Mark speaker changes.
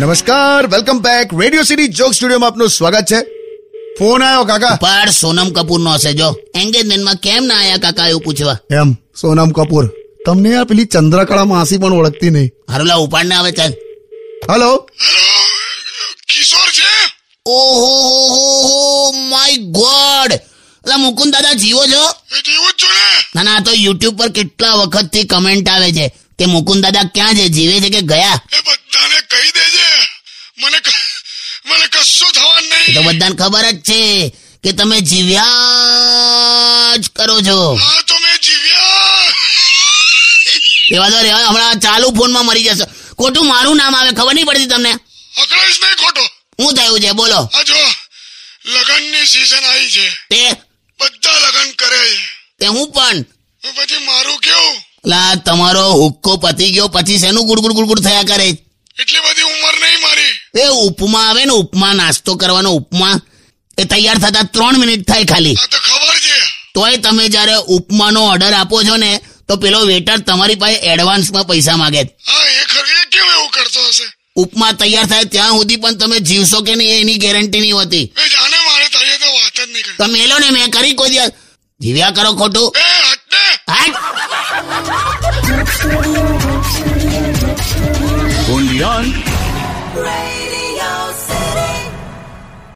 Speaker 1: નમસ્કાર welcome back Radio City joke સ્ટુડિયોમાં આપનું સ્વાગત છે ફોન આવ્યો કાકા
Speaker 2: પણ સોનમ કપૂર નો હશે જો એન્ગેજમેન્ટમાં કેમ ના આયા કાકા એવું પૂછવા
Speaker 1: એમ સોનમ કપૂર તમને આ પેલી ચંદ્રકળા માસી પણ ઓળખતી નહીં
Speaker 2: હરલા ઉપાડને આવે ચાલ
Speaker 1: હલો
Speaker 3: કિશોર છે
Speaker 2: ઓહો હો હો હો માય ગોડ અલા મુકુંદ દાદા જીવો છો
Speaker 3: એ જેવો જ છો ને
Speaker 2: ના ના આ તો યુટ્યુબ પર કેટલા વખતથી કમેન્ટ આવે છે કે મુકુંદ દાદા ક્યાં છે જીવે છે કે ગયા
Speaker 3: એ બધાને કહી દેજે મને ક- મને કશું થવાનું
Speaker 2: એ તો
Speaker 3: નહીં
Speaker 2: બધાને ખબર જ છે કે તમે જીવ્યા જ કરો છો
Speaker 3: હા તો મેં જીવ્યા
Speaker 2: રેવા દો રેવા દો, હમણાં ચાલુ ફોનમાં મરી જશો ખોટું મારું નામ આવે ખબર નહીં પડતી તમને
Speaker 3: અકળાઈશ નહીં ખોટો
Speaker 2: હું થયું છે બોલો
Speaker 3: આ જો લગનની season આવી છે
Speaker 2: તે
Speaker 3: બધા લગન કરે છે
Speaker 2: તે હું પણ
Speaker 3: હવે પછી મારું કેવું
Speaker 2: લા તમારો હુક્કો પતી ગયો પછી શેનું ગુડગુડ ગુડગુડ થયા કરે
Speaker 3: એટલી બધી ઉંમર નહીં મારી
Speaker 2: એ ઉપમા આવે ને ઉપમા નાસ્તો કરવાનો ઉપમા એ તૈયાર થતા ત્રણ મિનિટ થાય ખાલી
Speaker 3: આ તો ખબર છે
Speaker 2: તોય તમે જ્યારે ઉપમાનો ઓર્ડર આપો છો ને તો પેલો વેટર તમારી પાસે એડવાન્સમાં પૈસા માગે
Speaker 3: હા એ ખરું એ કેમ એવું કરતો હશે
Speaker 2: ઉપમા તૈયાર થાય ત્યાં સુધી પણ તમે જીવશો કે નહીં એ એની ગેરંટી નહીં હોતી
Speaker 3: એ જાણે મારે તારી તો વાત જ નહીં કરી
Speaker 2: તમે એલો ને મેં કરી કોઈ દિવસ જીવ્યા કરો ખોટું
Speaker 3: એ હટ ને
Speaker 2: હાટ
Speaker 4: Only on
Speaker 5: Radio